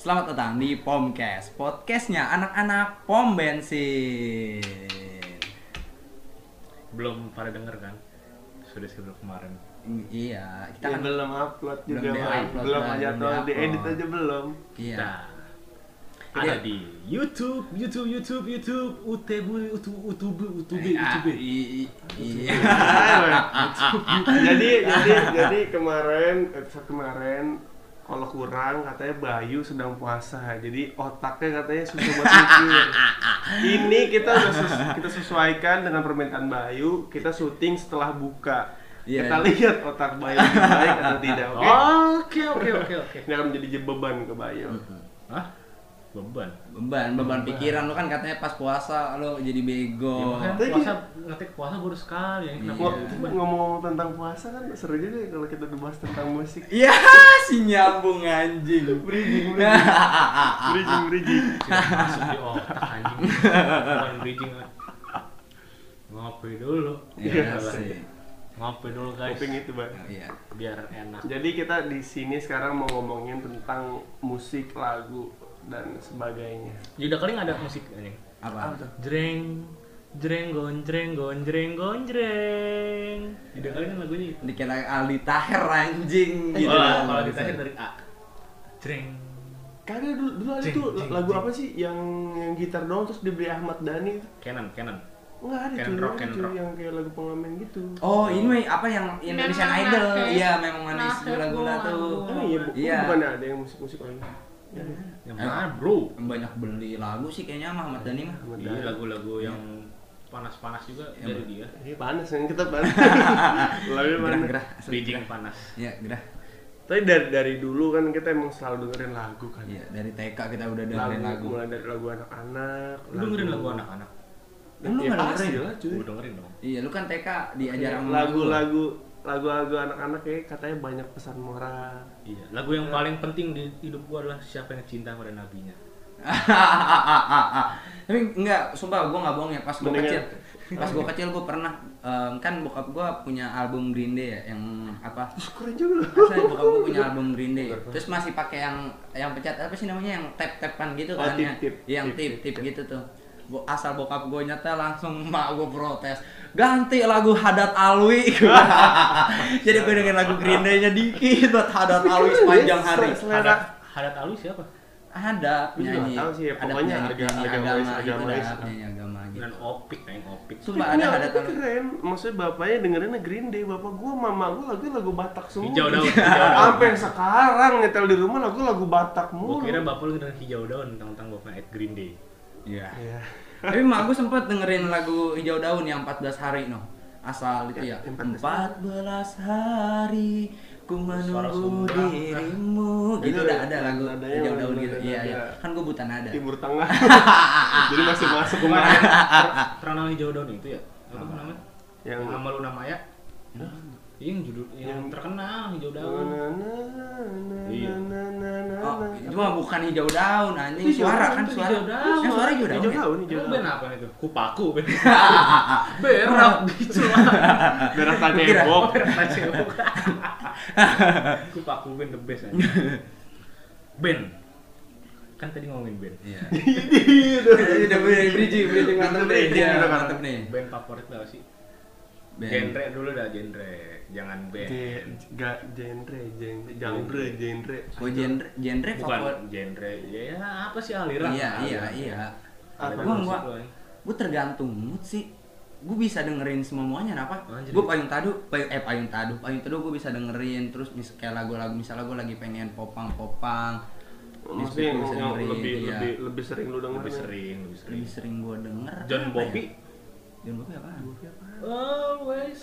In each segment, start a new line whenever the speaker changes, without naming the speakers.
Selamat datang di Pomcast, podcastnya anak-anak pom bensin.
belum pada denger kan sudah sebelum kemarin
Mm, Iya, kita
Ya,
kan
belum upload
Belum
juga
di
Bang.
upload,
belum
Bang.
aja
Belum
tuh
di
di edit
upload.
aja belum
iya.
Nah, ada di YouTube YouTube YouTube YouTube UTB UTB UTB UTB
Ah,
UTB
i- i- Iya.
ya?
jadi jadi jadi kemarin episode kemarin kalau kurang katanya Bayu sedang puasa jadi otaknya katanya susah buat mikir ini kita udah ses- kita sesuaikan dengan permintaan Bayu kita syuting setelah buka
Iya,
kita
iya. Oh.
lihat otak Bayu lebih baik atau tidak oke
Oke oke oke oke.
ini akan menjadi beban ke Bayu
Hah? Beban.
Beban, beban pikiran lu kan katanya pas puasa lu jadi
Ya,
bego.
makanya
Tapi-
puasa ngetik puasa baru sekali ya.
Iya.
Kenapa
Ngo-
beban?
ngomong tentang puasa kan seru juga ya kalau kita bahas tentang musik
Iya, si nyambung anjing.
Bridging,
Ah,
bridging, bridging.
Tidak masuk di otak anjing. Bukan bridging. lah. Ngopi dulu.
Iya
Iyalah.
sih.
Ngopi dulu guys.
Kuping itu, Bang.
Iya.
Biar enak.
Jadi kita di sini sekarang mau ngomongin tentang musik, lagu dan sebagainya.
Jeda kali nggak ada musik anjing.
Apa?
Jreng jreng gonjreng gonjreng gonjreng. Jeda kali kan lagunya itu.
Dikira Aldi Taher anjing gitu.
Wah, Eh, iya, kalau ditarik dari A. Jreng.
Karena dulu, dulu ada
Jing,
tuh
jing,
lagu
jing.
apa sih yang yang gitar doang terus dibeli Ahmad Dhani?
Canon, Canon.
Enggak ada
Ken
cuy,
rock,
ada
ken
cuy,
rock.
yang kayak lagu pengamen gitu.
Oh, ini apa yang Indonesian
Memang
Idol?
manis.
Iya, memang manis
Manis
gula-gula
gula.
tuh.
Oh iya, bu-
Iya.
bukan ada yang musik-musik lain. Ya,
Yang
Eh.
mana, Bro?
Banyak beli lagu sih kayaknya sama Ahmad Dhani mah.
Ahmad
Iya,
Dhani.
lagu-lagu yang panas-panas juga dari dia.
Ini Iya, panas yang kita panas. Lagu panas.
Gerah-gerah. asli.
Bridging panas.
Iya, gerah.
Tapi dari dari dulu kan kita emang selalu dengerin lagu kan.
Iya, dari TK kita udah dengerin lagu.
mulai dari lagu anak-anak.
Lu dengerin lagu anak-anak?
Ya,
Lu nggak
pasti
dengerin?
lah, cuy.
Gue dengerin dong.
Iya, lu kan TK diajar sama guru.
lagu-lagu lagu-lagu anak-anak ya katanya banyak pesan moral.
Iya, lagu yang paling penting di hidup gua adalah siapa yang cinta pada nabinya.
Tapi enggak, sumpah gue nggak bohong ya pas gue
Mendingan-
kecil. Pas gue kecil gue pernah em, kan bokap gue punya album Green Day ya yang apa?
Keren juga lu.
Saya bokap gue punya album Green Day. Terus masih pakai yang yang pecat apa sih namanya yang tap-tapan gitu
Oh,
kan ya.
tip-tip.
Yang
Tip-tip, ya.
tip-tip gitu tuh. Bo- Asal bokap gue nyata langsung mak gue protes. Ganti lagu Hadat Alwi. Jadi gue dengerin lagu Green Day-nya dikit buat Hadat Alwi sepanjang hari.
Selera.
Hadat Alwi siapa?
Ada
Gue juga
penyanyi.
nggak tahu sih ya,
ada
pokoknya
penyanyi-
agak-
penyanyi
agak
agama,
wise, agak
gitu dah,
wise.
penyanyi agama gitu.
Dan Opik, yang Opik.
Sumpah ada
Tapi
Hadat Alwi.
Iya, keren. Maksudnya bapaknya dengerinnya Green Day, bapak gua, mama gua lagu lagu Batak semua. Iya,
Hijau daun, hijau daun.
Sampai sekarang nyetel di rumah lagu lagu Batak
Gue
mulu.
kira bapak lu dengan hijau daun tentang bapaknya Ed Green Day.
Iya.
Iya.
Tapi mak gue sempet dengerin lagu Hijau Daun yang 14 hari no. Asal itu ya.
Ya, yang
14
14
hari ku
Suara
menunggu
sumbrang.
dirimu.
Itu
Gitu udah
ada-
ada lagu
nadanya
Hijau
lagu
Daun gitu.
nada-
Iya,
nada.
iya. Kan gue buta nada.
Timur Tengah. Jadi masih masuk kemana?
Terkenal hijau daun itu ya? Apa tuh namanya? Yang
Yang
nama lu nama ya? Iya, yang judul yang
Yang-
terkenal hijau
Na,
daun.
na, na, na,
Iya.
na, na, na,
Oh,
na.
itu mah bukan hijau daun anjing
Hijau
suara
daun
kan
itu
suara.
hijau daun.
Kan suara hijau daun.
Hijau
ya?
daun, hijau
Itu
daun.
band apa itu? Kupaku band. Berak gitu lah.
Darah tanya
Kira-
ebok.
Kupaku band the best aja. Band. Kan tadi ngomongin band.
Iya.
Ini udah-
Ini Udah bridging, bridging, bridging, mantep nih.
Bridging,
Iya,
udah,
mantep nih.
Band favorit lu apa sih?
Band.
Genre dulu dah genre. Jangan band.
Gen- ga- genre, genre, genre, genre.
Gue genre, genre
Bukan
favorit.
genre. Ya, ya, apa sih aliran?
Iya, iya,
Aliran.
iya.
Apa
Gua
musik
gua
lu, anjing?
gue tergantung mood sih gue bisa dengerin semuanya apa
Anjir.
gue payung tadu payung eh payung tadu payung tadu gue bisa dengerin terus mis kayak lagu-lagu misalnya gue lagi pengen popang popang
Oh, Maksudnya yang,
bisa
yang
dengerin,
lebih,
iya.
lebih, lebih sering lu dengerin.
Lebih sering, lebih sering.
lebih sering gue denger
John
apa
Bobby.
ya? John Bobby apa
Always.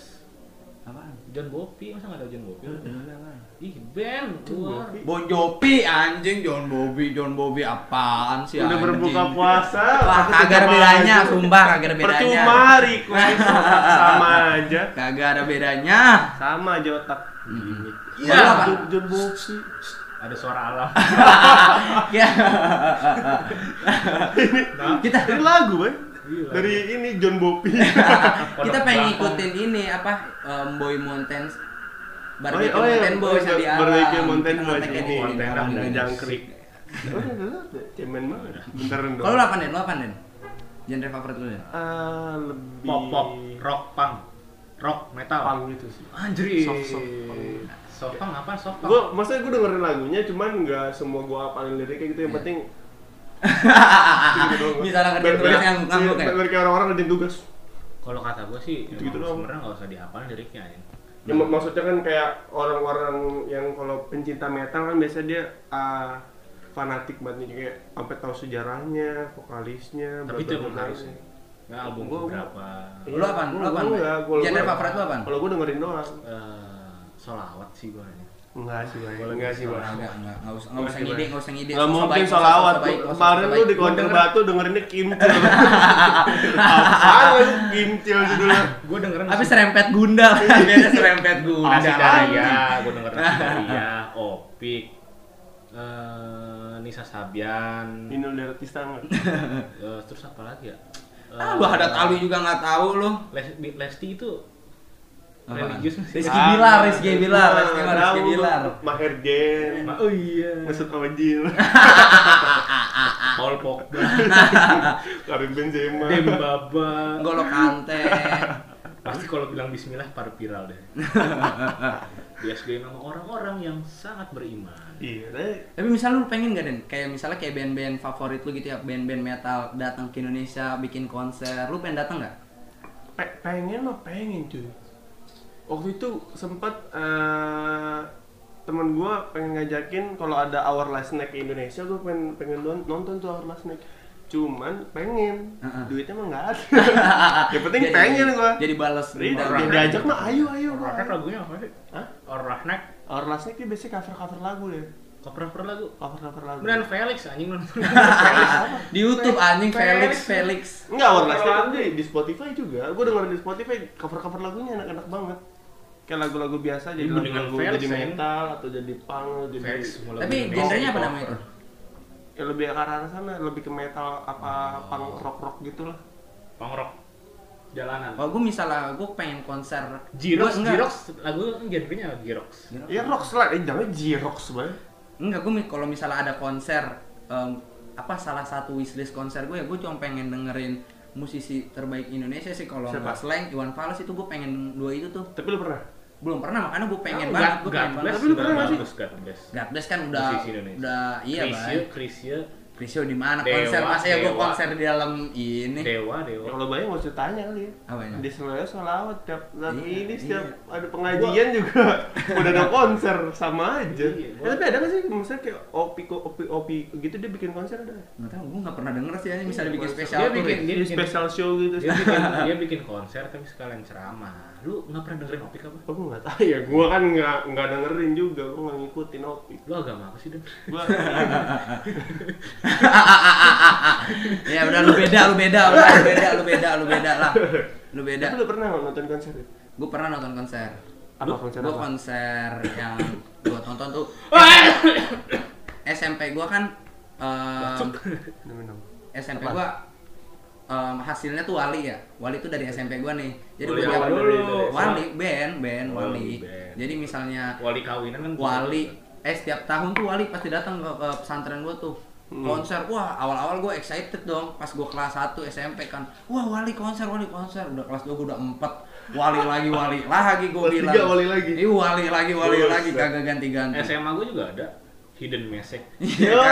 apa
Oh, John Bobby, masa nggak ada John Bobby?
apa
Ih, Ben, keluar.
Bon Jovi anjing John Bobby John Bobby apaan sih
Udah
Iya, anjing?
berbuka puasa.
Wah,
tapi
kagak ada
tetep
bedanya,
aja.
sumpah kagak ada bedanya.
Percuma request otak sama aja.
Kagak ada bedanya.
Sama aja otak.
Iya.
Malah John- John Boxy.
Ada suara alam.
Ya.
Nah,
Kita
Dari lagu, Bay.
Iya.
Dari ini John Bopi.
kita pengen
Pondok Bangkong.
ngikutin ini apa um, Boy Mountain
Oh
Barbecue
iya, oh iya,
Mountain Boys yang di alam.
Barbecue Mountain
Kita
Boys
ngetek
ini.
ini,
Mountain
orang
Boys.
ini.
Jangkrik. Oh, Udah, udah, udah. iya. Cemen banget. Bentaran doang.
Kalau lu apa Den? Lu apa Den? Genre favorit lu Den?
Ah, lebih
pop pop rock punk rock metal
punk gitu sih.
anjir
Soft, soft punk.
soft punk apa soft punk
Gue, maksudnya gue dengerin lagunya, cuman nggak semua gue apalin liriknya gitu. Yang penting
Misalnya kerjaan tulis Iya. yang ngangguk ya?
Mereka orang-orang ada tugas.
kalau kata gue sih
Gitu-gitu
gitu
doang.
sebenarnya nggak usah dihafalin liriknya anjing
Ya,
Iya.
mak- maksudnya kan kayak orang-orang yang kalau pencinta metal kan biasanya dia ah, fanatik banget nih kayak sampai tahu sejarahnya, vokalisnya,
tapi itu emang
blablabla.
harus ya Nah, album
Gua-
berapa
Lu apaan? Lu apaan?
Gua enggak, gua-
Genre
gua-
favorit lu apaan?
Kalau gue dengerin doang.
Eh, solawat sih gue
Enggak sih, Bang.
Gua lebih
enggak sih,
suka
Bang.
Enggak, enggak, enggak usah, enggak usah ngide, enggak usah ngide.
Enggak
Sosok
mungkin
baik, sosok
solawat.
baik, sosok
Kemarin lu
baik.
di konter
Gua denger-
batu dengerinnya kimcil. Apaan lu kimcil judulnya?
gue dengerin
Tapi serempet gundal,
Iya.
biasanya serempet gundal.
Nasi
anjing.
Daria, gue denger Nasi Daria, Opik, eh, Nisa Sabian,
Inul Daratista enggak?
eh, terus apa lagi ya?
Iya. Ah, lu hadat alu juga nggak tahu lu.
Les- Bi- Lesti itu
Apaan?
religius nggak sih?
Rizky Bilar, Rizky Bilar, Rizky Bilar, Rizky
Tahu,
Bilar.
Maher Zain,
Ma- Oh iya,
Mesut Ozil,
Ah.
Paul Pogba,
Karim Benzema.
Dembaba.
Golo Kante.
Pasti kalau bilang Bismillah pada viral deh. Di SG nama orang-orang yang sangat beriman.
Iya, deh.
Tapi misalnya lu pengen gak Den? Kayak misalnya kayak band-band favorit lu gitu ya, band-band metal datang ke Indonesia bikin konser, lu pengen datang nggak?
Pe- pengen mah pengen cuy. Waktu itu sempat eh, temen gue pengen ngajakin kalau ada Our Last Snack ke Indonesia gue pengen pengen don- nonton tuh Our Last Snack. Cuman pengen,
Heeh.
duitnya mah nggak ada. Ah, Yang penting pengen gua.
Jadi balas
Jadi
dendam.
dia- diajak mah ayo ayo.
Iya,
Orang
Bang."
Rahnak lagunya apa sih?
Hah?
Orang Rahnak
Our Last Snack dia biasanya cover cover lagu ya.
cover-cover lagu.
Cover cover lagu.
Beneran Felix anjing nonton.
Di YouTube anjing Felix
Felix.
Felix.
Enggak, Our Last
Cover lagu.
Night di, di Spotify juga. Gue dengerin di Spotify cover-cover lagunya enak-enak banget. Kayak lagu-lagu biasa jadi
Mendingan
lagu
Felix,
jadi
ya.
metal atau jadi punk jadi
Felix mulai
Tapi
bikin
genrenya apa
cover.
namanya itu?
ya lebih ke arah sana, lebih ke metal apa punk rock-rock gitu lah.
Punk rock jalanan.
Kalau gue misalnya gue pengen konser
Jirox,
Gua Oh. enggak-
Jirox lagu genrenya apa? Jirox.
Jirox.
Ya rock lah, eh jangan J-rock banget.
Enggak, gue mi- kalau misalnya ada konser em, apa salah satu wishlist konser gue ya gue cuma pengen dengerin musisi terbaik Indonesia sih kalau
Siapa?
nggak slang Iwan Fals itu gue pengen dua itu tuh
Tapi lu pernah?
belum pernah makanya gue pengen
Ah,
banget
God-
gue
God
pengen
Bless
banget
Tapi lu
juga
pernah nggak sih?
bagus, God Bless.
God Bless kan udah
Musisi Indonesia.
udah iya
Krisye,
bang
Krisye,
Krisyo di mana
Dewa,
konser masa ya gue
Dewa.
konser di dalam ini
Dewa,
Ya,
Dewa.
kalau banyak nggak usah tanya kali ya.
Apanya?
Di Surabaya solawat tiap tiap
Iya,
ini setiap
iya.
ada pengajian juga udah ada konser sama aja.
Iya,
Eh,
gua-
tapi ada nggak sih misalnya kayak opi opi opi gitu dia bikin konser ada? nggak?
nggak tahu gue nggak pernah denger sih ini misalnya bikin
konser.
spesial
Dia
tour
Iya, bikin
ya.
dia
Jadi
bikin
special show gitu.
dia bikin dia bikin konser tapi sekalian ceramah. Lu nggak pernah dengerin Opik apa?
Aku nggak tahu ya, gua kan nggak nggak dengerin juga, gua nggak ngikutin opi.
Lu agama apa sih, Den?
Gua
ya udah lu beda lu beda udah, lu beda lu beda lu beda lah lu beda
tapi lu pernah nggak nonton konser? ya?
gue pernah nonton konser
Apa konser
gue
apa?
konser yang gue tonton tuh SMP gue kan em,
Minum.
SMP gue em, um, hasilnya tuh wali ya wali tuh dari SMP gue nih jadi
Wali
gue
apa
punya
dulu?
wali band band
Wali,
wali
band.
jadi misalnya
Wali kawinan kan
wali eh setiap tahun tuh wali pasti datang ke, ke pesantren gue tuh
Hmm.
konser wah awal-awal gue excited dong pas gue kelas 1 SMP kan wah wali konser wali konser udah kelas 2 gue udah empat wali lagi wali lagi gue
Kelas
bilang
tiga wali lagi.
Ih, wali lagi wali
Buset.
lagi kagak ganti-ganti Iya kan?
SMA gue juga ada hidden message.
Yo,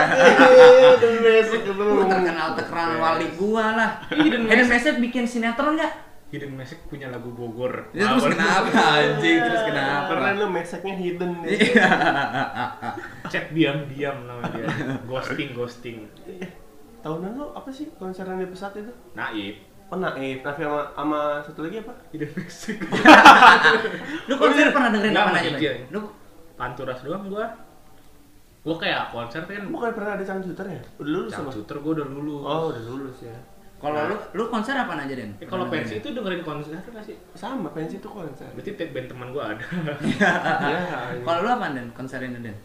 dan besok ketemu.
Lu terkenal tekeran wali gua lah Hidden
Hidden Message.
Message bikin sinetron gak?
Hidden message punya lagu Bogor.
Ya, terus
Lawan-
kenapa anjing? Terus kenapa?
Karena lu meseknya hidden ya.
Iya.
Chat diam-diam namanya dia. Ghosting, ghosting.
Tahunan lu apa sih konser yang di pesat itu?
Naib.
Oh naif, naif sama, sama satu lagi apa?
Hidden message.
Lu konser pernah dengerin
Nggak,
apa aja?
sama
Bay?
dia.
Lu
Panturas doang gua. Gua kayak konser kan
Bukan pernah ada cangcuter ya? Udah lulus
Cang
sama?
Suter gue udah lulus.
Oh udah lulus ya
kalau lu lu konser apa aja, Den?
Eh,
iya,
kalau
Pernah dengerin?
pensi itu dengerin konser nggak sih?
Sama, pensi itu konser
Berarti tag band teman gue ada.
Ya,
Kalau lu apa, Den? Konserin lu, Den?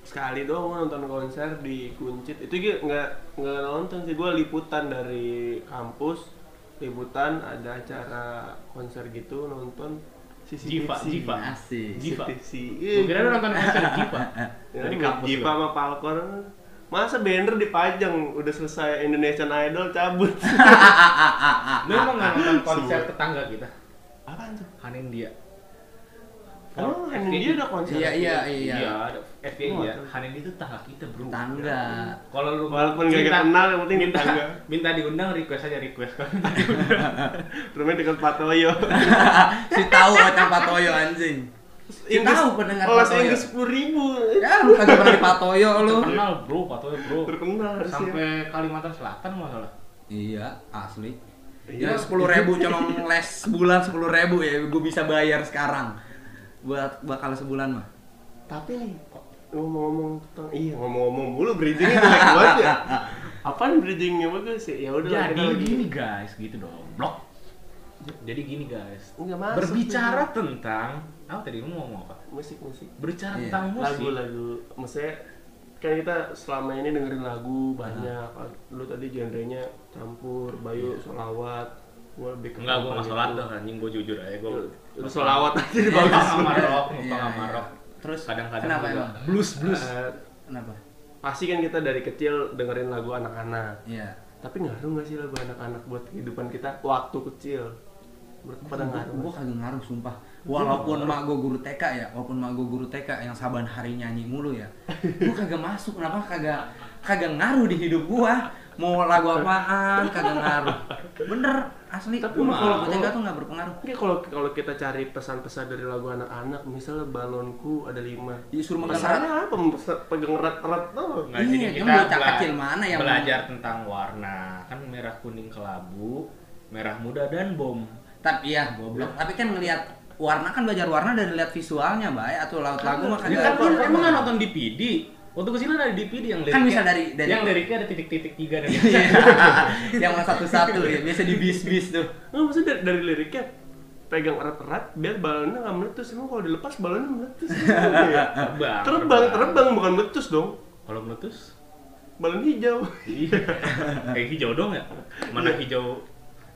Sekali doang gua nonton konser di Kuncit Itu gue nggak nggak nonton sih, gue liputan dari kampus Liputan ada acara konser gitu, nonton Sisi
Jiva,
Tipsy.
Jiva.
Asik.
Jiva.
Sisi Tipsy.
Gue kira lu nonton konser Jipa.
Ya,
Dari kampus.
Jiva
gua.
sama Falcon Masa banner dipajang udah selesai Indonesian Idol cabut.
Lu emang nggak nonton konser tetangga kita?
Apaan tuh?
Hanin dia.
Emang Hanindia ada Oh, konser?
Iya, iya, iya.
Iya, ada FPI ya.
Wah.
Hanin itu tetangga kita, Bro.
Tangga.
Kalau lu
Walaupun nggak
minta-
kenal, yang penting
minta,
tetangga.
minta diundang request aja request kan.
Rumahnya dekat Patoyo.
si tahu macam Patoyo anjing. Si
Inggris-
tahu pendengar
Kelas
Patoyo.
Inggris 10.000.
Ya lu kagak pernah di Patoyo lu.
Terkenal, Bro, patoy, Bro.
Terkenal ya. harusnya.
Sampai Kalimantan Selatan masalah.
Iya, asli.
Iya.
Ya sepuluh ribu cuma les sebulan sepuluh ribu ya, gue bisa bayar sekarang buat bakal sebulan mah.
Tapi nih kok ngomong-ngomong tentang iya ngomong-ngomong mulu bridgingnya jelek banget ya. Apaan bridgingnya bagus ya? Ya udah lah, kita
Jadi
lagi-
gini guys, gitu dong. Blok. Jadi gini guys.
Oh,
Nggak masuk.
Berbicara tentang apa tadi lu mau ngomong apa?
musik-musik.
Iya,
Berbicara tentang musik.
lagu-lagu maksudnya kan kita selama ini dengerin lagu banyak lu tadi genrenya campur bayu solawat gua back
Enggak, gua enggak sholat dah anjing, gua jujur aja gua.
lu solawat aja di
Gua
bagus
sama rock,
Iya,
gua sama
iya.
rock.
Terus
Kadang-kadang
kenapa
juga.
emang?
Blues, blues.
Eh,
Kenapa?
pasti kan kita dari kecil dengerin lagu anak-anak
Iya.
tapi ngaruh nggak sih lagu anak-anak buat kehidupan kita waktu kecil menurut lu pada ngaruh
Gue
nggak?
kagak ngaruh sumpah. Walaupun mak gue guru TK ya, walaupun mak gue guru TK yang saban hari nyanyi mulu ya, gue kagak masuk. Kenapa kagak kagak ngaruh di hidup gua? Mau lagu apaan kagak ngaruh. Bener asli.
Tapi
Tapi
mau-
kalau TK tuh nggak berpengaruh.
Oke, kalau kalau kita cari pesan-pesan dari lagu anak-anak, misalnya balonku ada lima. Iya,
Ya, suruh megang
Pesannya apa? Pesan- Pegang erat-erat tau
Nah,
Iya,
jadi
cuma
kita
bocah
bela-
kecil mana yang-
belajar tentang warna. Kan merah, kuning, kelabu, merah muda dan bom.
Tapi ya goblok. Tapi kan ngelihat warna kan belajar warna dari lihat visualnya, Bay. Atau laut lagu mah
Ya,
kagak.
kan lu emang nggak nonton DPD? Waktu kecil ada DPD yang liriknya.
Kan bisa dari- dari-
yang liriknya ada titik-titik tiga dan
Iya. yang mana satu-satu ya, biasa di bis-bis tuh.
Nggak, maksudnya dari, dari liriknya pegang erat-erat biar balonnya nggak meletus. Emang kalau dilepas balonnya meletus. Emang ya?
terbang.
terbang, terbang bukan meletus dong.
Kalau meletus
Balon hijau,
Iya. Kayak hijau dong ya?
Iya.
Mana hijau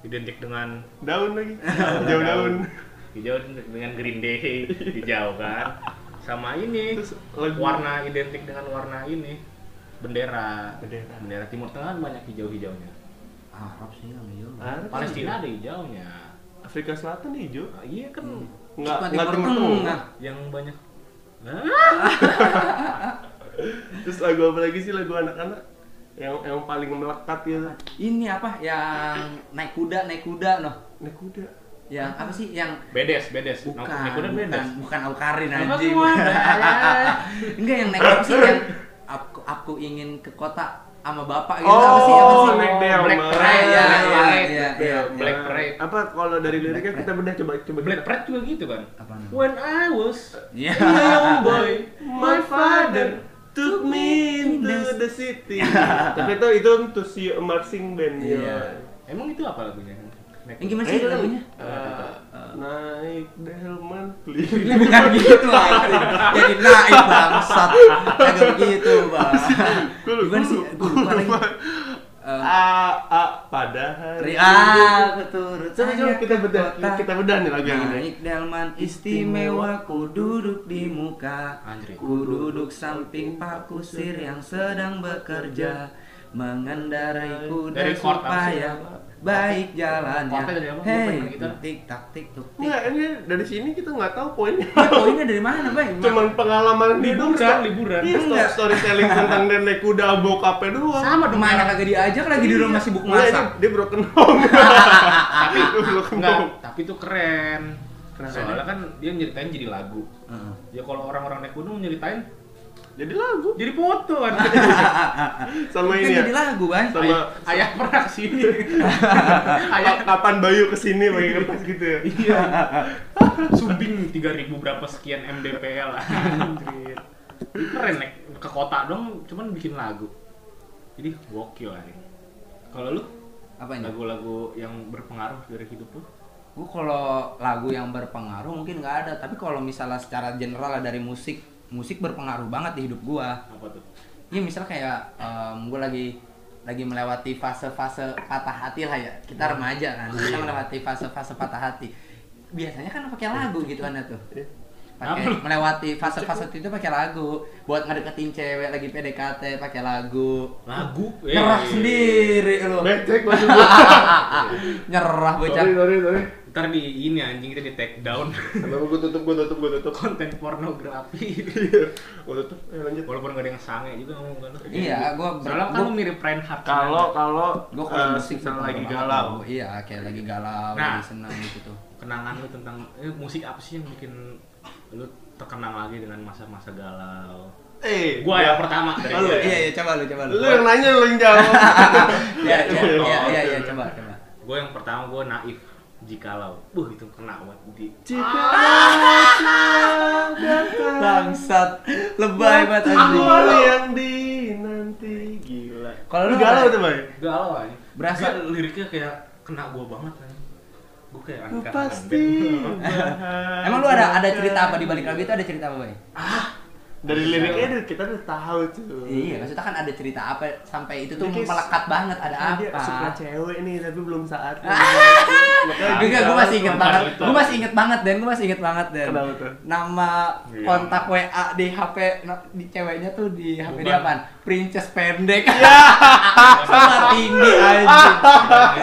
identik dengan
daun lagi, hijau daun.
Hijau identik dengan Green Day hijau kan. Sama ini
Terus lagu-
warna identik dengan warna ini bendera.
Bendera.
Timur Tengah kan banyak hijau-hijaunya.
Arab sih iya. yang hijau.
Arab
Palestina ada hijaunya.
Afrika Selatan hijau.
Ah, iya kan
Hmm. Nggak,
Cuma
nggak
Timur
temu-temu.
Tengah.
yang banyak
Terus lagu apa lagi sih lagu anak-anak? Yang yang paling melekat gitu.
Ini apa yang naik kuda, naik kuda noh.
Naik kuda.
Yang apa sih yang
bedes, bedes.
bukan
Nekuda
bukan
bedes.
bukan Aukarin
Apa
anjing.
semua?
Enggak yang naik apa sih yang aku, aku ingin ke kota sama bapak gitu apa sih apa
Oh,
sih?
naik
Black
delman.
Iya,
Parade, Black
iya,
Parade.
iya, iya.
Black Parade.
Apa kalau dari liriknya
Black
kita bedah coba coba
Black
kita.
Parade juga gitu kan.
Apaan?
When I was
Iya.
a young boy,
My father took me into the city. Tapi itu itu to see a marching band ya.
Iya.
Emang itu apa lagunya?
Yang gimana
Eh,
sih
itu kan,
lagunya?
eh, naik delman
Ini
keliling.
bukan gitu anjing. Jadi naik bangsat. Kagak begitu, Bang.
Gua lupa,
Gimana sih? Gua lupa lagi. Eh,
A a pada hari.
Ria keturut
Coba coba
saya
kita
ke
bedah
kota.
kita bedah nih lagu yang ini.
Naik delman istimewa ku duduk di muka
Anjrit.
Ku duduk samping pak kusir yang sedang bekerja Mengendarai kuda
Dari chord apa sih?
supaya baik jalannya
Chordnya dari apa? Gua
Hei,
pengen gitar.
tik tak tik tuk tik
Enggak, ini dari sini kita nggak tahu poinnya.
Ini poinnya dari mana, Bay?
Cuman pengalaman
Liburan,
hidup,
liburan.
Iya,
Enggak.
story storytelling tentang nenek kuda bokapnya doang.
Sama dong, mana kagak diajak kan lagi di rumah
Iya.
sibuk
Enggak,
masak
Iya. dia, dia broken home.
Tapi
Dia broken
enggak,
home.
tapi itu keren.
Kenapa?
Soalnya kan dia nyeritain jadi lagu.
Heeh.
Ya kalau orang-orang naik gunung nyeritain
Jadi lagu
jadi foto kan.
Kan
sama ini ya.
jadi lagu, Bay
Sama-
ayah, ayah pernah kesini. ayah
Kayak kapan Bayu kesini pakai kertas gitu ya.
iya. Sumbing 3000 berapa sekian MDPL. Anjir. Keren naik ke kota dong cuman bikin lagu. Jadi gokil hari. Kalau lu
Apanya?
lagu-lagu yang berpengaruh dari hidup lu?
gue kalau lagu yang berpengaruh mungkin nggak ada tapi kalau misalnya secara general lah dari musik musik berpengaruh banget di hidup gue
Apa tuh?
ya misalnya kayak gue lagi lagi melewati fase-fase patah hati lah ya kita
Iya. Iya.
remaja kan kita melewati fase-fase patah hati biasanya kan pakai lagu gitu kan ya tuh pakai
Apa?
melewati fase-fase itu pakai lagu buat ngedeketin cewek lagi PDKT pakai lagu
Lagu. eh.
nyerah sendiri lu Ah,
Becek maksud gua.
nyerah bocah
Sorry, sorry, sorry.
Ntar di ini anjing kita di take down
Kenapa gua tutup, gua tutup, gua tutup.
konten pornografi.
Gua tutup. Eh lanjut.
Walaupun gak ada yang sange juga ngomong kan.
iya gua ber-
Soalnya kan
gua-
lu mirip Reinhardt.
Kalau kalau
gue kalau
eh,
musik
misalnya
tuh
lagi
banget
galau.
tuh. gitu. iya kayak lagi galau
Nah.
lagi senang gitu tuh
kenangan lu tentang eh, musik apa sih yang bikin lu terkenang lagi dengan masa-masa galau?
Eh,
Gua yang pertama dari
Halo,
gua.
iya iya coba lu coba lu
Lu yang nanya lu yang jawab.
iya iya iya
Oh,
iya
oke.
iya, coba coba
Gua yang pertama gua naif jikalau. Buh itu kena banget di.
Jika
bangsat lebay banget
aku
anjing
yang dinanti gila.
Kalau lu
galau
apa?
tuh, Bay.
Galau aja.
Berasa-
Dia liriknya kayak kena gua banget kan. Gua kayak
Ku
Andika
pasti.
Hamdan.
bahagia.
emang lu ada ada cerita apa di balik lagu itu ada cerita apa bay
Dari liriknya tuh kita udah tahu tuh.
iya maksudnya kan ada cerita apa sampai itu tuh
Jadi kayak-
melekat banget ada
Ah, Dia suka
apa
cewek nih tapi belum saat.
Enggak, gue masih inget
Bukan
banget.
itu.
Gue masih inget banget dan gue masih inget banget dan.
Kenapa tuh?
Nama
Iya.
kontak WA di HP na- di ceweknya tuh di HP dia
Bukan.
apaan? Princess pendek. Sama tinggi anjing.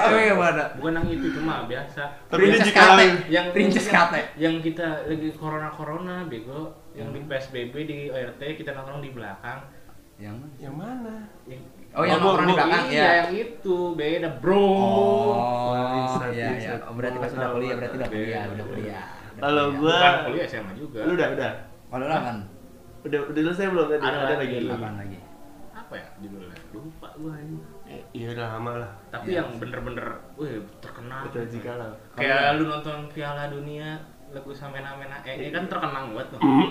Cewek yang mana?
gitu. Bukan yang itu cuma biasa.
Tapi dia
Princess
jikalau.
kate.
Yang
Princess kate.
yang kita lagi corona corona bego
Hmm.
yang di PSBB di ORT kita nongkrong di belakang
Yang mana?
Yang mana?
Yang-
Oh, yang
Oh,
nongkrong di
gua-
belakang
iya,
ya.
yang itu beda bro
Oh,
Inside,
iya iya.
inside.
Oh, berarti pas
Oh,
udah
tahu,
kuliah,
tahu.
berarti udah
Iya,
kuliah,
iya.
udah kuliah. Udah
Kalau
kuliah.
gua
bukan kuliah SMA juga
lu udah udah.
kalau lu kan
Udah udah selesai belum tadi?
Ada lagi. Iya.
apaan lagi?
apa ya judulnya lupa gua ini
Eh, Iya udah lama lah.
tapi
Iya.
yang bener-bener wih terkenal
Udah jikalau.
kayak lu nonton Piala Dunia lagu samena mena eh ini kan terkenang banget tuh
Hmm.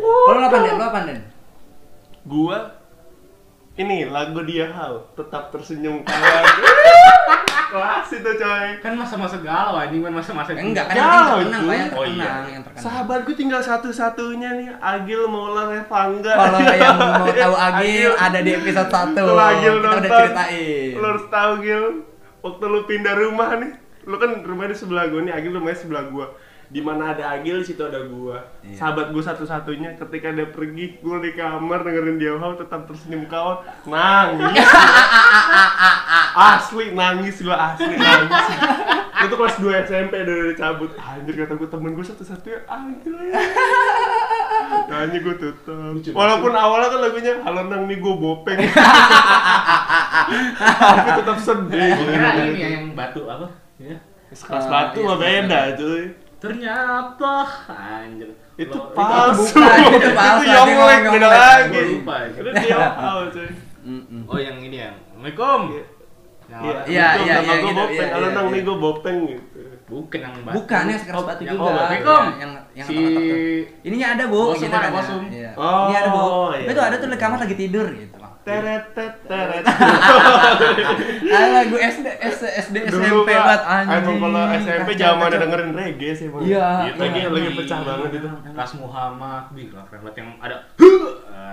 Kalau lu apaan Den? Lu apaan Den?
gua ini lagu dia how tetap tersenyum kawan kelas itu coy
kan masa-masa galau anjing kan masa-masa
Eh, Enggak, kan
Jauh,
yang penting terkenang,
cuy.
Pak, yang
Oh, iya.
terkenang, yang terkenang.
sahabat gue tinggal satu-satunya nih Agil Maula Revangga
Kalau yang mau tahu Agil, ada di episode satu.
Kalau Agil
Kita udah
nonton,
ceritain.
lu harus tahu Gil waktu lu pindah rumah nih lu kan rumahnya di sebelah gue nih Agil rumahnya sebelah gua di mana ada Agil di situ ada gua
Iya.
sahabat gue satu-satunya ketika dia pergi gue di kamar dengerin dia wow tetap tersenyum kawan nangis asli nangis gue asli nangis itu kelas 2 SMP udah udah dicabut anjir kata gue temen gue satu-satunya anjir Tanya gue tutup Walaupun awalnya kan lagunya Halo nang nih gue bopeng Tapi tetap sedih
Gua kira ini ya yang batu apa ya
Sekelas
Nah, iya
batu mah beda cuy
ternyata anjir
Itu
Lo-
palsu
bukan, itu
Itu
palsu. Ada
yonglek
yang
beda lagi
yonglek. Gua lupa.
Itu diopal cuy
Mm-mm.
oh yang ini ya Assalamualaikum
Iya.
Yang
Iya,
itu
iya,
nama
iya,
gua
gitu,
bopeng,
iya,
Halo
iya,
nang
iya.
nih gue bopeng gitu
bukan yang batu
Bukan, yang sekeras batu
yang-
juga.
oh,
Iya,
Assalamualaikum.
yang yang
Si-
kotak-kotak tuh. Ininya ada, Bu,
Bosum ada,
ya.
bosum.
Iya.
Oh,
Ini ada, Bu.
iya.
Itu ada tuh di kamar lagi tidur gitu.
Teret teret teret
Ah, lagu SD S- SD SMP
Pak,
banget
Emang
anjing.
kalau SMP
Kacau,
zaman
kacau.
dengerin reggae sih Bang.
Iya,
Gitu, Lagi
iya.
lagi pecah banget itu
Ras Muhammad, wih lah keren banget yang ada Ah.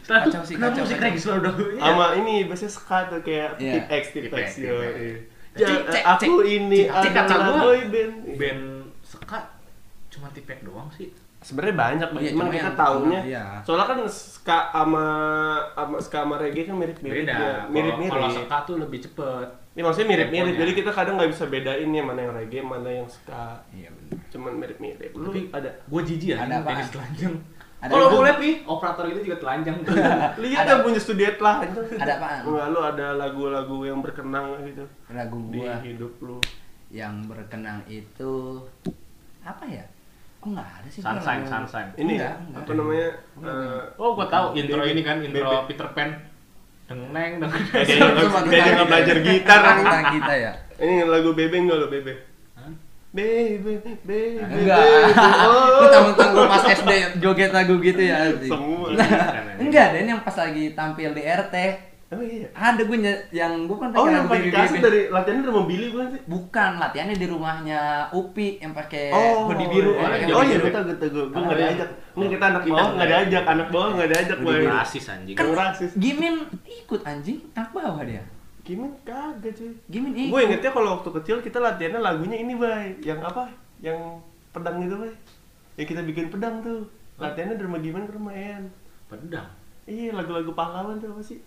Selalu
Kacau sih,
kenapa
kacau,
musik
kacau.
reggae selalu udah
sama ini biasanya ska tuh kayak
Iya.
tip X tip
Tip X,
X
tip
yo.
X.
iya.
Cek,
Ja-
cek,
aku
cek,
ini
cek,
cek, kata
adalah
gua.
boy band. Iya.
band seka cuma tipek doang sih.
Sebenarnya banyak
Iya,
banget, cuman
cuma
kita
yang-
taunya.
iya.
Soalnya kan ska sama sama ska sama reggae kan mirip-mirip
Beda.
ya. Mirip-mirip.
Kalau kalau seka tuh lebih cepet.
Ini maksudnya mirip-mirip.
temponya.
Jadi kita kadang nggak bisa bedain ya mana yang reggae, mana yang ska.
Iya, bener.
Cuman mirip-mirip. Lu
Tapi
ada
Gue jijik ya
Ada apaan?
tenis telanjang.
Ada
Kalau
apa?
boleh nih, operator itu juga telanjang.
Lihat ada punya studiet lah.
Ada apaan?
Enggak, lu ada lagu-lagu yang berkenang gitu
Lagu
di
gua
hidup lu.
yang berkenang itu apa ya? Kok enggak ada sih?
sunshine,
lagu-
sunshine.
Ini ya?
Enggak, enggak.
apa namanya? eh,
Oh, gue tahu intro
Baby-
ini kan
Baby.
intro Peter Pan. Dengneng, dengneng. Iya,
Eh, dia
Cuma
nggak-
tentang
dia
kita
nggak
ya.
belajar gitar
Tentang kita ya.
ini lagu bebe enggak lo bebe
Hah?
bebe bebe
Enggak. Lu tentang gue pas SD joget lagu gitu ya. anjing.
Oh, semua
iya.
Enggak, Dan yang pas lagi tampil di RT.
oh iya
Ada gue nye- yang gue kan
oh yang
lagu
pakai
BBB.
kaset dari latihan dari rumah Billy bukan sih
Bukan latihannya di rumahnya Upi yang pakai
Oh,
hoodie biru.
iya.
Yang pakai
oh
hoodie
iya,
biru.
gue tau, gue tau, gue
Ah,
nggak
iya.
diajak. Ini kita anak
Kita
bawah
nggak
nggak
diajak.
diajak, anak bawah nggak diajak.
Lebih
Boy.
Rasis anjing.
Kan
Gue rasis.
Gimin ikut anjing, anak bawah dia.
Gimana kagak cuy?
Gimin ikut.
Gue ingetnya kalau waktu kecil kita latihannya lagunya ini bay, yang apa? Yang pedang gitu Bay. Ya kita bikin pedang tuh. Latihannya dari rumah Diman ke rumah Ian.
Pedang.
Iya lagu-lagu pahlawan tuh apa sih?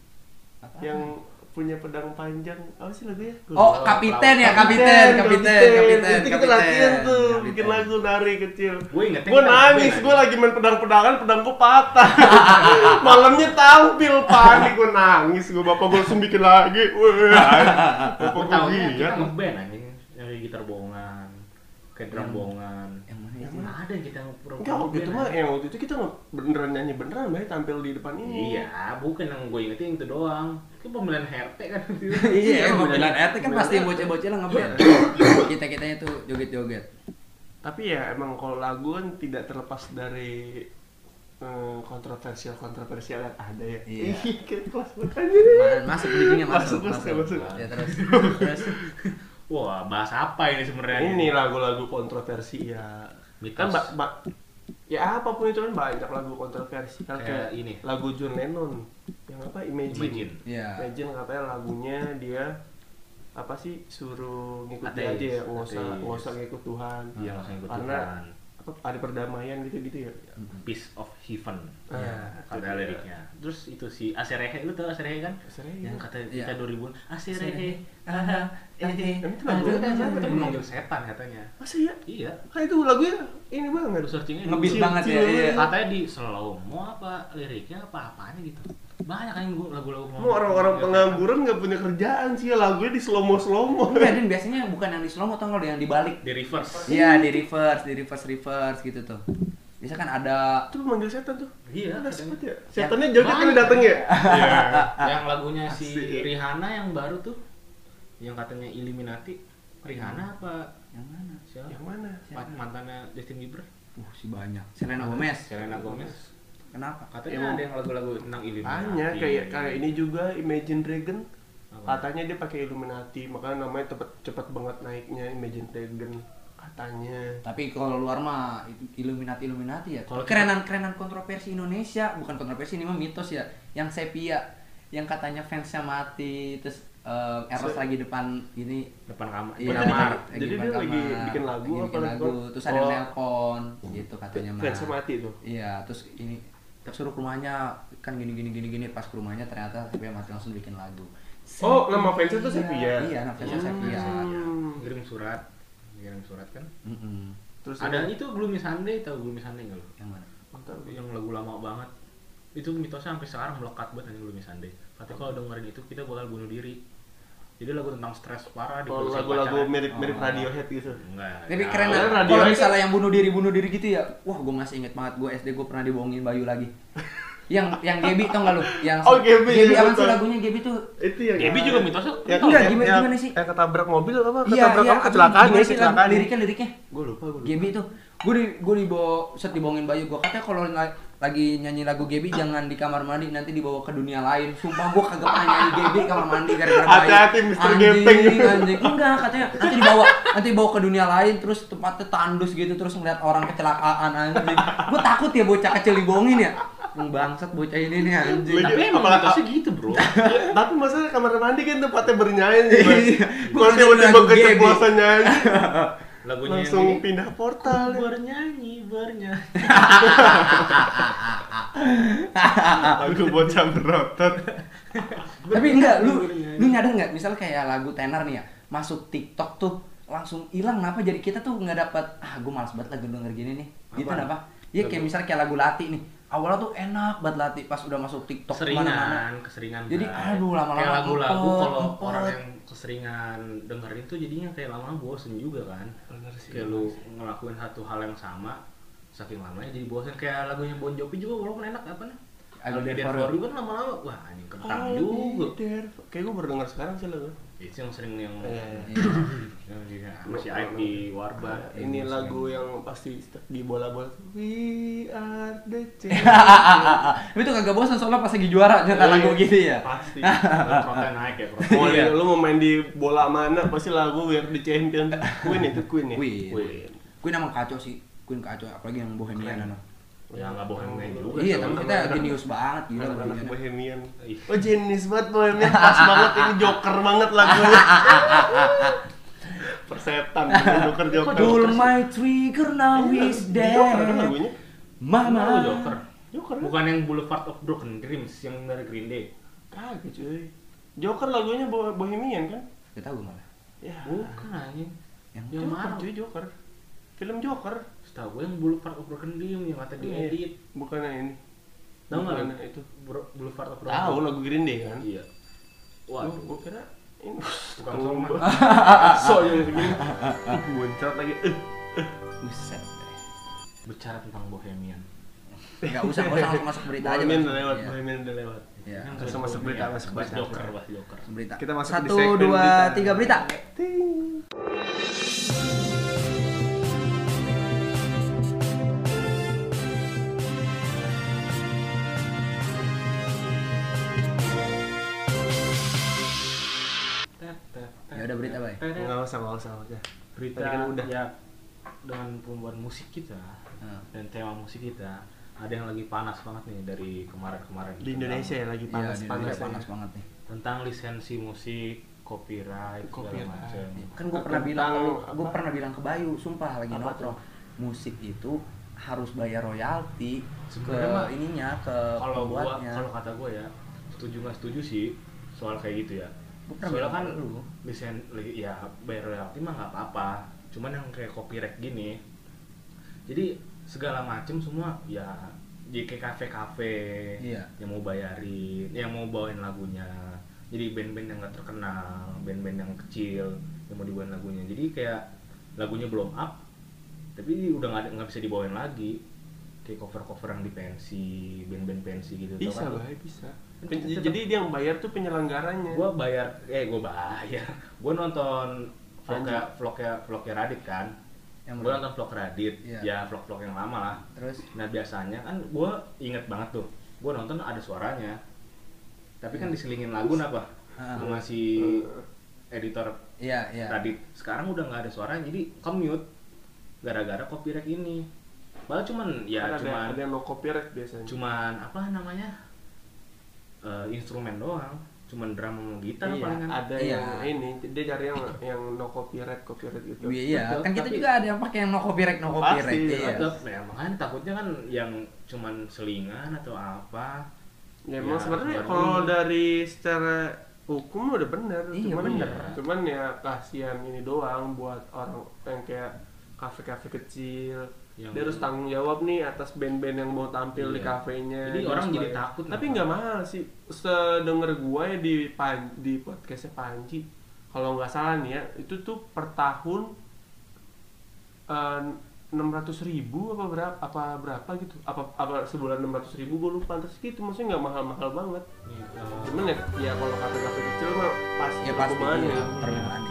Apa?
Yang punya pedang panjang. Apa sih lagunya?
Oh, kapiten ya, kapiten, kapiten, kapiten,
Itu kita
kapiten.
latihan tuh,
Kapiten.
bikin lagu nari kecil.
Gue ingetnya
Gue
kita-
nangis,
gue
gue lagi main pedang-pedangan, pedang gue patah. Malamnya tampil panik, gue nangis, gue bapak gue langsung bikin lagi. Weh,
Gue
Bapak gue
tahunya kan kita
lihat.
ngeband anjing. Dari gitar bohongan, kayak drum
Yang-
bohongan.
Yang mana itu?
Mana ada kita pura-pura
Enggak, waktu itu
ngeband,
mah,
anjing.
yang waktu itu kita nge- beneran nyanyi beneran, baik tampil di depan ini.
Iya, bukan yang gue ingetin itu doang. Itu pemilihan RT kan.
Iya, emang
pemilihan
bilang RT kan pasti bocah-bocah lah ngeband. Kita-kitanya tuh joget-joget.
Tapi ya emang kalau lagu kan tidak terlepas dari eh, kontroversial-kontroversial yang ada ya.
Iya.
Kayak kelas makanya nih.
Ma- Masuk bikinnya masuk.
Masuk, masuk, masuk.
Ya terus. Terus.
Wah, bahas apa ini sebenarnya?
Ini lagu-lagu kontroversi ya.
Nah, iya. Mitos.
Kan ba- ba- ya apapun itu kan banyak lagu kontroversi kan
Kayak ini.
lagu John Lennon yang apa Imagine.
Imagine.
Imagine,
Iya.
katanya lagunya dia apa sih suruh ngikutin
Ateis,
aja ya nggak usah
ateis.
nggak usah ngikut Tuhan
Iya, langsung ikut
karena
Tuhan. Iya.
apa, ada perdamaian gitu-gitu ya
Piece of Heaven.
Ah, itu
Ada
dia.
liriknya. Terus itu si Aserehe, lu tau Aserehe kan?
Aserehe.
Yang kata
Iya.
kita 2000-an, Aserehe.
Aha, eh,
Emang itu lagu
aduh,
apa?
aduh,
Itu
aduh.
manggil setan katanya.
masa ya
Iya.
kan itu lagunya ini banget
Lu searching aja.
Ngebeat banget ya. Iya.
Katanya di slow mo apa liriknya apa apanya gitu. Banyak kan gua- lagu-lagu Iya.
Mau orang-orang pengangguran nggak punya kerjaan sih lagunya di slow mo slow mo.
Enggak, dan biasanya bukan yang di slow atau enggak yang dibalik.
di reverse.
Iya, di reverse, di reverse reverse gitu tuh. Bisa kan ada
Itu manggil setan tuh.
Iya,
Ada
katanya.
sempat ya. Setannya joget ini dateng ya. Iya.
yang lagunya si
Asik.
Rihanna yang baru tuh yang katanya Illuminati Rihanna apa
yang mana?
siapa
Hmm. Yang mana?
Ma- mantannya Justin Bieber
Uh, si banyak. Selena Gomez.
Selena Gomez
Kenapa?
katanya ada yang lagu-lagu tentang Illuminati
Banyak kayak kan. kayak ini juga Imagine Dragon.
Apa?
Katanya dia pakai Illuminati, makanya namanya cepet cepet banget naiknya Imagine Dragon katanya.
Tapi kalau luar mah itu Illuminati Illuminati ya.
Kalau kita-
Kerenan-kerenan kontroversi Indonesia, bukan kontroversi ini mah mitos ya. Yang sepia yang katanya fansnya mati terus eh, Eros
Se- Oh,
lagi depan ini
depan kamar
Iya,
depan
jadi-
kamar
lagi
jadi
depan
dia lagi bikin
lagi
lagu apa
bikin
lagi?
lagu, terus ada yang
Oh.
nelpon gitu katanya mah.
Fansnya mati tuh.
Iya, terus ini suruh ke rumahnya kan gini gini gini gini pas ke rumahnya ternyata Sepia mati langsung bikin lagu.
Oh, nama fansnya tuh Sepia?
Iya, nama fansnya
Hmm.
Sepia.
Hmm.
kirim surat kirim surat kan
Mm-mm.
Terus
ada itu Gloomy Sunday tau Gloomy Sunday nggak lo
Yang mana?
Bentar, bentar.
yang lagu lama banget itu mitosnya sampai sekarang melekat banget anjing Gloomy Sunday katanya kalau dengerin itu kita bakal bunuh diri jadi lagu tentang stres parah di
Kalau Oh,
Oh.
lagu-lagu mirip-mirip Radiohead gitu.
Enggak.
Tapi
ya.
keren
Padahal
lah.
radio
Kalau
aja-
misalnya yang bunuh diri bunuh diri gitu ya, wah gue masih inget banget gue SD gue pernah dibohongin Bayu lagi. yang yang Gebi tau gak lu? Yang
Oh, Gebi,
Gebi
iya,
apa sih
betul.
lagunya Gebi tuh?
Itu yang
Gaby juga mitosnya.
Ya,
Enggak,
yang-
Iya, gimana-
yang-
gimana sih?
Yang ketabrak mobil apa?
Iya
Ketabrak
iya.
apa?
apa,
Kecelakaan
gimana
ya,
sih lagu-
kecelakaan.
Liriknya liriknya.
Gue lupa, gue lupa.
Gebi tuh, gue di gue dibawa set dibohongin Bayu gue katanya kalau la- lagi nyanyi lagu Gebi jangan di kamar mandi nanti dibawa ke dunia lain. Sumpah gue kagak pernah nyanyi Gebi kamar mandi gara-gara Bayu.
Hati-hati, Mr.
Anjing,
Gepeng.
Anjing enggak katanya nanti dibawa nanti dibawa ke dunia lain terus tempatnya tandus gitu terus ngeliat orang kecelakaan anjing. Gue takut ya bocah kecil dibohongin ya. Emang Bangsat bocah ini nih anjing.
Tapi emang
Apalagi-
mitosnya gitu, Bro.
Tapi maksudnya kamar mandi kan tempatnya bernyanyi.
Iya.
Bukan
Bukan
tiba-tiba
lagu
keceplosan nyanyi,
Lagunya
langsung
yang ini.
pindah portal. ya.
Bernyanyi, bernyanyi.
Lagu bocah berotot.
Tapi enggak, lu lu nyadar nggak? Misal kayak lagu tenar nih ya, masuk TikTok tuh langsung hilang kenapa jadi kita tuh nggak dapat ah gue malas banget lagu denger gini nih gitu
Apaan?
kenapa iya kayak misal kayak lagu lati nih awalnya tuh enak banget lati pas udah masuk tiktok kemana-mana
keseringan, keseringan.
Jadi,
Bray.
aduh, lama-lama
kayak lagu-lagu
empet,
kalau
empet.
orang yang keseringan dengerin tuh jadinya kayak lama-lama bosen juga kan. Kayak lu ngelakuin satu hal yang sama saking lamanya jadi bosen kayak lagunya Bon Jovi juga walaupun enak apa nih?
I
Kalau
Will Be
Dead
For You.
for
Oh, gitu.
You kan lama-lama wah anjing kentang juga.
Kayak gue baru denger sekarang sih lagu.
Itu yang sering yang
Iya,
Iya, sama si Aik di Warba.
Ini lagu yang pasti stuck di bola-bola. We are the champions.
Hahaha. Ah, tapi tuh kagak bosan soalnya pas lagi juara nyetel lagu gitu ya
Pasti.
Protein naik ya, protein.
Iya.
Mau lu mau main di bola mana pasti lagu We are the champions. Queen itu Queen ya.
Queen
Queen.
Queen emang kacau sih Queen kacau apalagi yang bohemian anak
Ya nggak bohongin juga.
iya
sih,
tapi
orang.
kita jenius banget gila
anak-anak
bohemian.
bohemian
Ih.
oh jenis banget bohemian pas banget ini joker banget lagunya persetan Joker Joker
Pull my trigger now is
Di Joker kan
dead.
lagunya
Mana
Mama.
lu Joker?
Joker kan?
Bukan yang Boulevard of Broken Dreams yang dari Green Day.
kagak cuy Joker lagunya Bo- Bohemian kan
Gak tau gue malah.
ya
Bukan
Yang-
anjing. Oh, Ah, Yang
Joker
mana?
cuy Joker film Joker
Setahu gue yang Boulevard of Broken Dreams yang kata
Iya.
diedit.
bukan yang ini
Tahu nggak
Bukan
lu?
yang itu
Bro- Boulevard of Broken
tahu Oh. lagu Green Day kan
Iya.
Waduh,
Waduh.
gua kira ini
Bukan
Tuh,
Salman. Ah,
gua- So yang begini Boncot lagi Eh,
Buset.
Bicara tentang Bohemian.
Gak usah, gak usah langsung masuk berita aja.
Bohemian
Mas.
udah lewat
Iya.
Bohemian udah lewat
Iya.
Yang
Langsung masuk berita,
Bohemian.
masuk
Bahas
berita.
Joker, bahas Joker.
Berita.
Kita masuk di
Satu,
segmen
dua,
berita.
tiga berita.
Ting.
Ya udah berita, Bay.
nggak usah nggak usah nggak usah
Berita
Tadi kan udah.
ya dengan pembuat musik kita
Hmm.
dan tema musik kita ada yang lagi panas banget nih dari kemarin-kemarin
di Indonesia ya lagi
Iya,
panas
di
panas
Indonesia panas banget nih.
tentang lisensi musik copyright,
Copyright.
segala macam
kan gue pernah
Tentang
bilang
apa?
gue pernah bilang ke Bayu sumpah lagi
Apa
nongkrong musik itu harus bayar royalti ke
Sebenarnya mah,
ininya ke
kalau gua
eh, pembuatnya
kalau kata gua ya setuju nggak setuju sih soal kayak gitu ya
Gua pernah
soalnya
bilang
kan
ke lu.
lisen li- ya bayar royalti mah nggak apa-apa cuman yang kayak copyright gini jadi segala macem semua ya jadi kayak kafe-kafe
Iya.
yang mau bayarin yang mau bawain lagunya jadi band-band yang nggak terkenal band-band yang kecil yang mau dibawain lagunya jadi kayak lagunya belum up tapi udah nggak ada- nggak bisa dibawain lagi kayak cover-cover yang di pensi band-band pensi gitu tau
bisa
kan?
lah bisa
Pen-
Pen- jadi dia yang bayar tuh penyelenggaranya
gue bayar eh gue bayar gue nonton vlognya vlognya vlognya Radit kan
Yang
gue nonton vlog Radit
Iya.
ya vlog-vlog yang lama lah
terus
nah biasanya kan gue inget banget tuh gue nonton ada suaranya tapi
Hmm.
kan diselingin lagu apa
Ah.
sama si editor
iya
Ya.
iya
Radit sekarang udah nggak ada suaranya jadi commute gara-gara copyright ini malah cuman
Kan
ya
ada,
cuman
ada yang no copyright biasanya
cuman apa namanya Eh, instrumen doang cuman drum sama gitar
iya,
palingan
ada
Iya.
yang ini dia cari yang yang no copyright copyright gitu
iya iya
Betul,
kan kita
tapi-
juga ada yang pakai yang no copyright no
Pasti,
copyright iya
Tetep, ya, makanya takutnya kan yang cuman selingan atau apa
ya
Ya,
emang sebenarnya
baru-
kalau dari secara hukum udah bener
Iya,
cuman
bener.
cuman ya kasihan ini doang buat orang yang kayak kafe-kafe kecil
Yang-
dia harus tanggung jawab nih atas band-band yang mau tampil di
Iya.
kafenya
Jadi
Dia
orang
harus
jadi
bayar.
takut
tapi
nonton.
nggak mahal sih sedenger gue ya di Pan- di podcastnya Panji kalau nggak salah nih ya itu tuh per tahun eh, enam ratus ribu apa berapa apa berapa gitu apa apa sebulan enam ratus ribu gue lupa terus gitu maksudnya nggak mahal mahal banget
Nih, eh,
cuman ya ya kalau kafe kafe kecil mah gitu pasti
ya pasti
hukumannya.
iya. perubahan di perubahan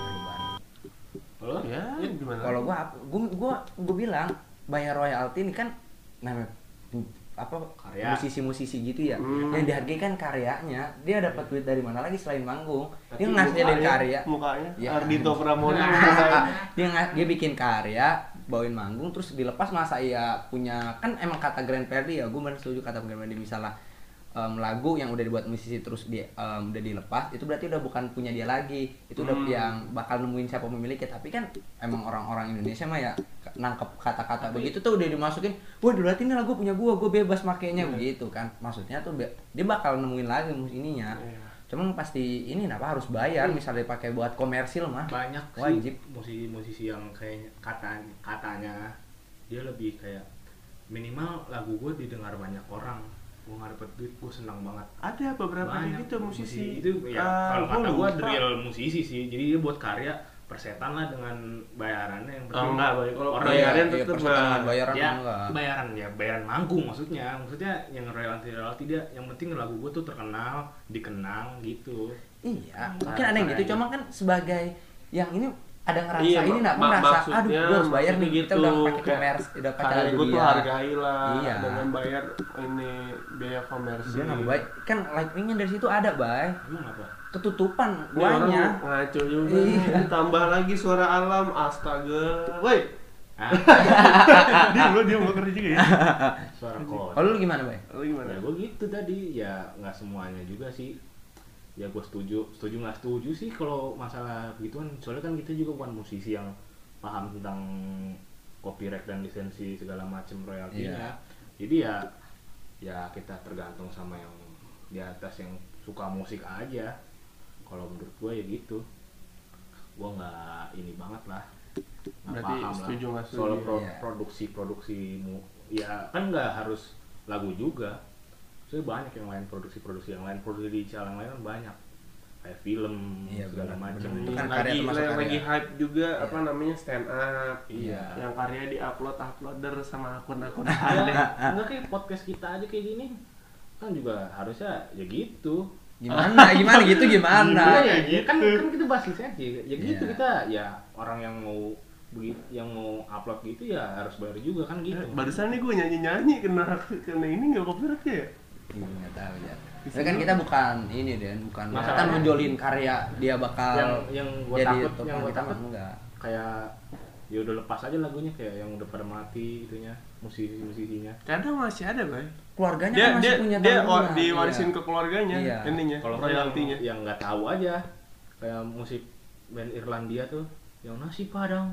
kalau
ya gimana
kalau gua gua gua gua bilang bayar royalti ini kan namanya apa
Karya.
musisi-musisi gitu ya
Hmm.
yang dihargai kan karyanya dia dapat duit dari mana lagi selain manggung
Tapi
dia ngasilin
mukanya-
karya
mukanya
Ya.
Ardito Pramono mukanya.
dia nga- dia bikin karya bawain manggung terus dilepas masa iya punya kan emang kata Grand Perdi ya gue bener setuju kata Grand Perdi misalnya em, lagu yang udah dibuat musisi terus dia em, udah dilepas itu berarti udah bukan punya dia lagi itu udah
Hmm.
yang bakal nemuin siapa pemiliknya tapi kan emang orang-orang Indonesia mah ya k- nangkep kata-kata begitu tuh udah dimasukin wah berarti ini lagu punya gue gue bebas makainya
Iya.
begitu kan maksudnya tuh be- dia bakal nemuin lagi mus ininya
Iya. Hmm.
cuman pasti ini kenapa harus bayar misalnya dipakai buat komersil mah
banyak sih
Wajib.
musisi-musisi yang kayak katanya katanya dia lebih kayak minimal lagu gue didengar banyak orang gue nggak dapet duit gue senang banget
ada beberapa kayak
Banyak
gitu musisi
itu ya
Ah,
kalau kata
gua
gue
lupa.
real musisi sih jadi dia buat karya persetan lah dengan bayarannya yang
Oh, enggak, Boy. Kalau
orang
bayar-
yang-
Bayaran tetep,
persetangan
Bang.
Iya, bayaran
ya,
enggak.
bayaran ya bayaran manggung maksudnya maksudnya yang royalti royalti dia yang penting lagu gue tuh terkenal dikenang gitu
Iya,
Nah,
mungkin ada yang gitu.
makanya.
Cuma kan sebagai yang ini ada ngerasa
Iya,
ini nak
mak-
ngerasa aduh
maksudnya-
gue harus bayar nih
maksudnya
kita udah
gitu,
pakai
kayak
komers udah pakai
karya
lagu
gue tuh
dia.
hargai lah
Iya.
dengan gitu. bayar ini biaya komersil
Dia nggak baik kan lightningnya dari situ ada bay
emang apa
ketutupan
Ini orang
guanya
ngaco juga
Iya.
nih. ditambah lagi suara alam astaga woi
ah,
Ah,
dia lu dia mau kerja juga ya
suara kor
kalau lu gimana bay
lu gimana
ya gue gitu tadi ya nggak semuanya juga sih ya gue setuju setuju nggak setuju sih kalau masalah begituan soalnya kan kita juga bukan musisi yang paham tentang copyright dan lisensi segala macam royaltinya jadi ya ya kita tergantung sama yang di atas yang suka musik aja kalau menurut gue ya gitu gue nggak ini banget lah nggak
Berarti
paham
setuju
lah
nggak setuju?
soal pro-
Iya.
produksi produksi mu- ya kan nggak harus lagu juga saya banyak yang lain produksi produksi yang lain produksi digital yang lain kan banyak kayak film
Iya,
segala
benar,
macam
benar. Itu
Yang
kan karya Iya.
lagi
termasuk
yang
karya.
lagi hype juga apa namanya stand up
Iya.
yang karya di upload uploader sama akun-akun
Ya,
aneh
enggak kayak podcast kita aja kayak gini kan juga harusnya ya gitu
Gimana? Gimana gitu gimana?
Gimana ya,
gitu.
kan kan kita bahas lisensi ya gitu
Iya.
kita ya orang yang mau begitu yang mau upload gitu ya harus bayar juga kan
Eh,
gitu
barusan nih gue nyanyi nyanyi kena kena ini nggak copyright ya
Ih, nggak tahu ya. Tapi kan kita bukan ini Den, bukan
Masalahnya-
ya.
kita menjolin karya dia bakal
yang yang gue
jadi
takut
topang
yang gue
kita
takut
mah enggak.
kayak ya udah lepas aja lagunya kayak yang udah pada mati itunya musisi musisinya
kadang masih ada boy
Keluarganya
dia
kan masih
dia
punya
dia
tanggungan,
wa- diwarisin
iya.
ke keluarganya
Iya.
ininya
kalau nggak yang
royaltinya
yang nggak tahu aja kayak musik band Irlandia tuh yang nasi padang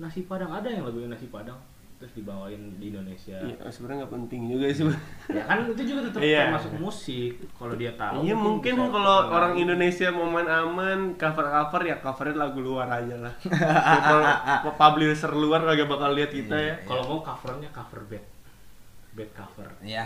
nasi padang ada yang lagunya nasi padang terus dibawain di Indonesia
Iya, sebenarnya nggak penting juga sih. Bang.
ya kan itu juga tetap
Iya.
termasuk musik kalau dia tahu
Iya mungkin
bisa
kalau
dikenal.
orang Indonesia momen aman cover cover ya coverin lagu luar aja lah. Ya, Kalau publisher luar kagak bakal lihat kita
Iya,
ya.
kalau mau covernya cover band band cover
Iya.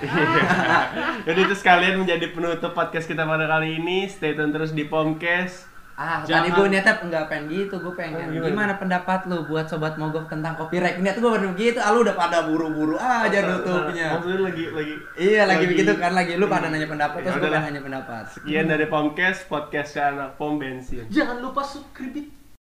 Jadi itu sekalian menjadi penutup podcast kita pada kali ini. Stay tune terus di Pomcast.
Ah,
Jangan-
tadi gue niatnya enggak pengen gitu, gue pengen
Oh,
gimana?
gimana?
pendapat lu buat sobat mogok tentang copyright? Niat gue bener gitu, ah lu udah pada buru-buru aja nutupnya.
Maksudnya lagi lagi.
Iya, lagi begitu kan lagi lu pada nanya pendapat
Ya
terus gue
udahlah.
nanya pendapat.
Sekian dari Pomcast, podcast anak pom bensin.
jangan lupa subscribe